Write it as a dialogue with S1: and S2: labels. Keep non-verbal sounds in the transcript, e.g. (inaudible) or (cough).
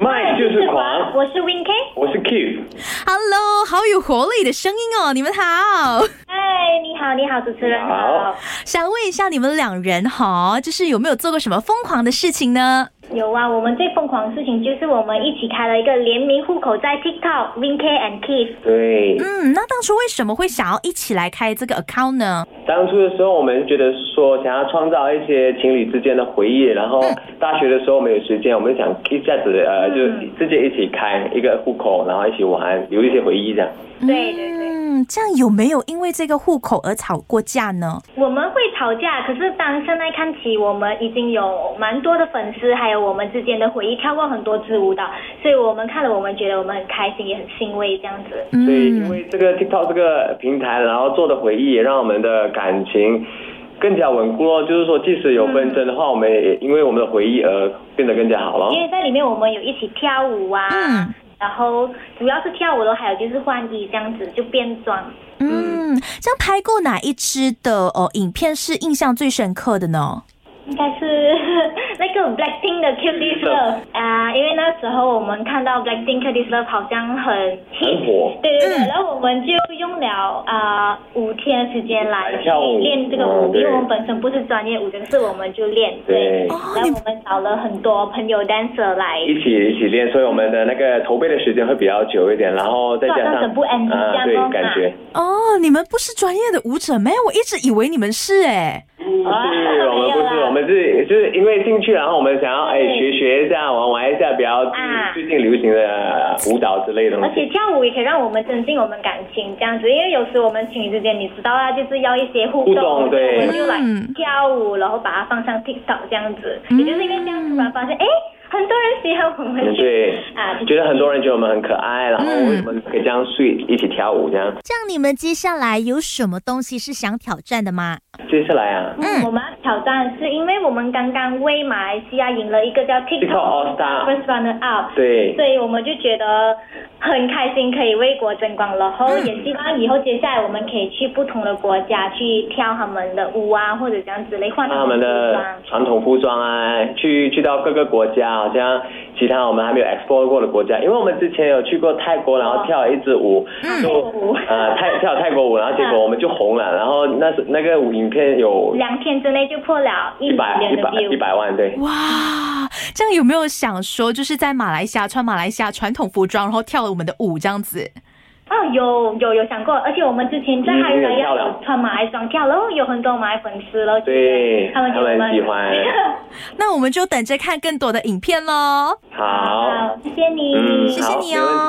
S1: (laughs) 就是狂，
S2: (laughs) 我是 Win K。
S1: 我是 Keith。
S3: Hello，好有活力的声音哦，你们好。 (laughs)
S2: 嗨，哎你好，你好，主持人好。
S3: 想问一下你们两人哈，就是有没有做过什么疯狂的事情呢？
S2: 有啊，我们最疯狂的事情就是我们一起开了一个联名户口在 TikTok Win K and Keith。
S1: 对，
S3: 嗯，那当初为什么会想要一起来开这个 account 呢？
S1: 当初的时候，我们觉得说想要创造一些情侣之间的回忆，然后大学的时候没有时间，我们想一下子呃，就直接一起开一个户口，然后一起玩，留一些回忆这样。
S2: 对对对，
S3: 嗯，这样有没有因为这个户口而吵过架呢？
S2: 我们会吵架，可是当现在看起，我们已经有蛮多的粉丝，还有我们之间的回忆，跳过很多支舞蹈，所以我们看了，我们觉得我们很开心，也很欣慰这样子。
S3: 嗯
S1: 所以因为这个 TikTok 这个平台，然后做的回忆，也让我们的感情更加稳固咯。就是说，即使有纷争的话，我们也因为我们的回忆而变得更加好咯。
S2: 因为在里面我们有一起跳舞啊，
S3: 嗯
S2: 然后主要是跳舞的，还有就是换衣这样子，就变装。
S3: 嗯，这样拍过哪一支的呃影片是印象最深刻的呢？
S2: 应该是 (laughs) 那个 Blackpink 的
S1: (laughs)
S2: Cutie Love 啊，因为那时候我们看到 Blackpink Cutie Love 好像很
S1: 很火
S2: 对对对，
S3: 嗯
S2: 然后我们就用了啊五天的时间来
S1: 来跳舞
S2: 练这个
S1: 嗯
S2: 舞，
S1: 对
S2: 因为我们本身不是专业舞者，可是我们就练
S1: 对
S2: 然后我们找了很多朋友 dancer 来
S1: 一起一起练，所以我们的那个筹备的时间会比较久一点，然后再加
S2: 做到
S1: 上
S2: 整部 MV
S1: 啊、
S2: 这样
S1: 对
S2: 咯，
S1: 感觉
S3: 哦，你们不是专业的舞者咩？我一直以为你们是哎。
S2: 哦
S1: 不是我们不
S2: 啊没有
S1: 是
S2: 啦
S1: 我们是就是因为兴趣，然后我们想要哎
S2: 对
S1: 学学一下，玩玩一下比较
S2: 啊
S1: 最近流行的呃舞蹈之类的东
S2: 而且
S1: 西。
S2: 跳舞也可以让我们增进我们感情，这样子，因为有时我们情侣之间，你知道啊，就是要一些互动，
S1: 互动对
S2: 我们就来
S3: 嗯
S2: 跳舞，然后把它放上 TikTok 这样子，也就是因为这样突然发现，哎，很多人喜欢我们
S1: 嗯，
S2: 去，
S1: 对
S2: 啊，
S1: 觉得很多人觉得我们很可爱，然后
S3: 嗯
S1: 为什么可以这样睡一起跳舞这样？
S4: 这样你们接下来有什么东西是想挑战的吗？
S1: 接下来啊
S2: 嗯，我们要挑战是因为我们刚刚为马来西亚赢了一个叫
S1: ，TikTok All
S2: TikTok
S1: Star，
S2: First Runner Up。
S1: 对
S2: 所以我们就觉得很开心，可以为国争光了。然后也希望以后接下来我们可以去不同的国家去跳他们的舞啊，或者这样之类，换
S1: 那他们
S2: 的服
S1: 的
S2: 装
S1: 传统服装啊，去去到各个国家，好像其他我们还没有 explore 过的国家，因为我们之前有去过泰国，然后跳了一支舞，
S2: 泰
S1: 就
S2: 国舞啊嗯
S1: 呃泰跳泰国舞，然后结果我们就红了，然后那是那个舞影片有
S2: 两天之内就破了一
S1: 一百
S2: million
S1: 一
S2: 的
S1: 百一
S2: view。
S1: 百万，对，
S3: 哇，这样有没有想说，就是在马来西亚穿马来西亚传统服装，然后跳了我们的舞这样子？
S2: 哦，有有有想过，而且我们之前在
S1: 嗯
S2: 海南
S1: 也跳了
S2: 要穿马来装跳，然后有很多马来粉丝了，
S1: 对
S2: 他们觉
S1: 他
S2: 得
S1: 们
S2: 我们
S1: 喜欢
S3: 那我们就等着看更多的影片喽。
S1: 好，
S2: (laughs) 啊谢谢你，
S1: 嗯，
S3: 谢谢
S1: 好
S3: 你
S1: 没问
S3: 哦